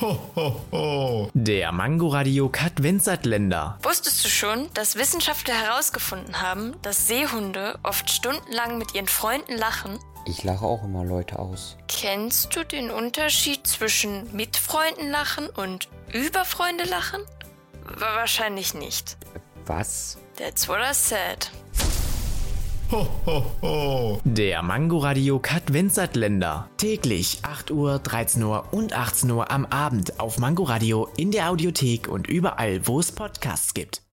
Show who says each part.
Speaker 1: Ho, ho, ho. Der Mangoradiokat Vincent Länder.
Speaker 2: Wusstest du schon, dass Wissenschaftler herausgefunden haben, dass Seehunde oft stundenlang mit ihren Freunden lachen?
Speaker 3: Ich lache auch immer Leute aus.
Speaker 2: Kennst du den Unterschied zwischen mit Freunden lachen und über Freunde lachen? Wa- Wahrscheinlich nicht.
Speaker 3: Was?
Speaker 2: That's what I said.
Speaker 1: Der Mangoradiokat Vincent Länder.
Speaker 4: Täglich 8 Uhr, 13 Uhr und 18 Uhr am Abend auf Mangoradio in der Audiothek und überall, wo es Podcasts gibt.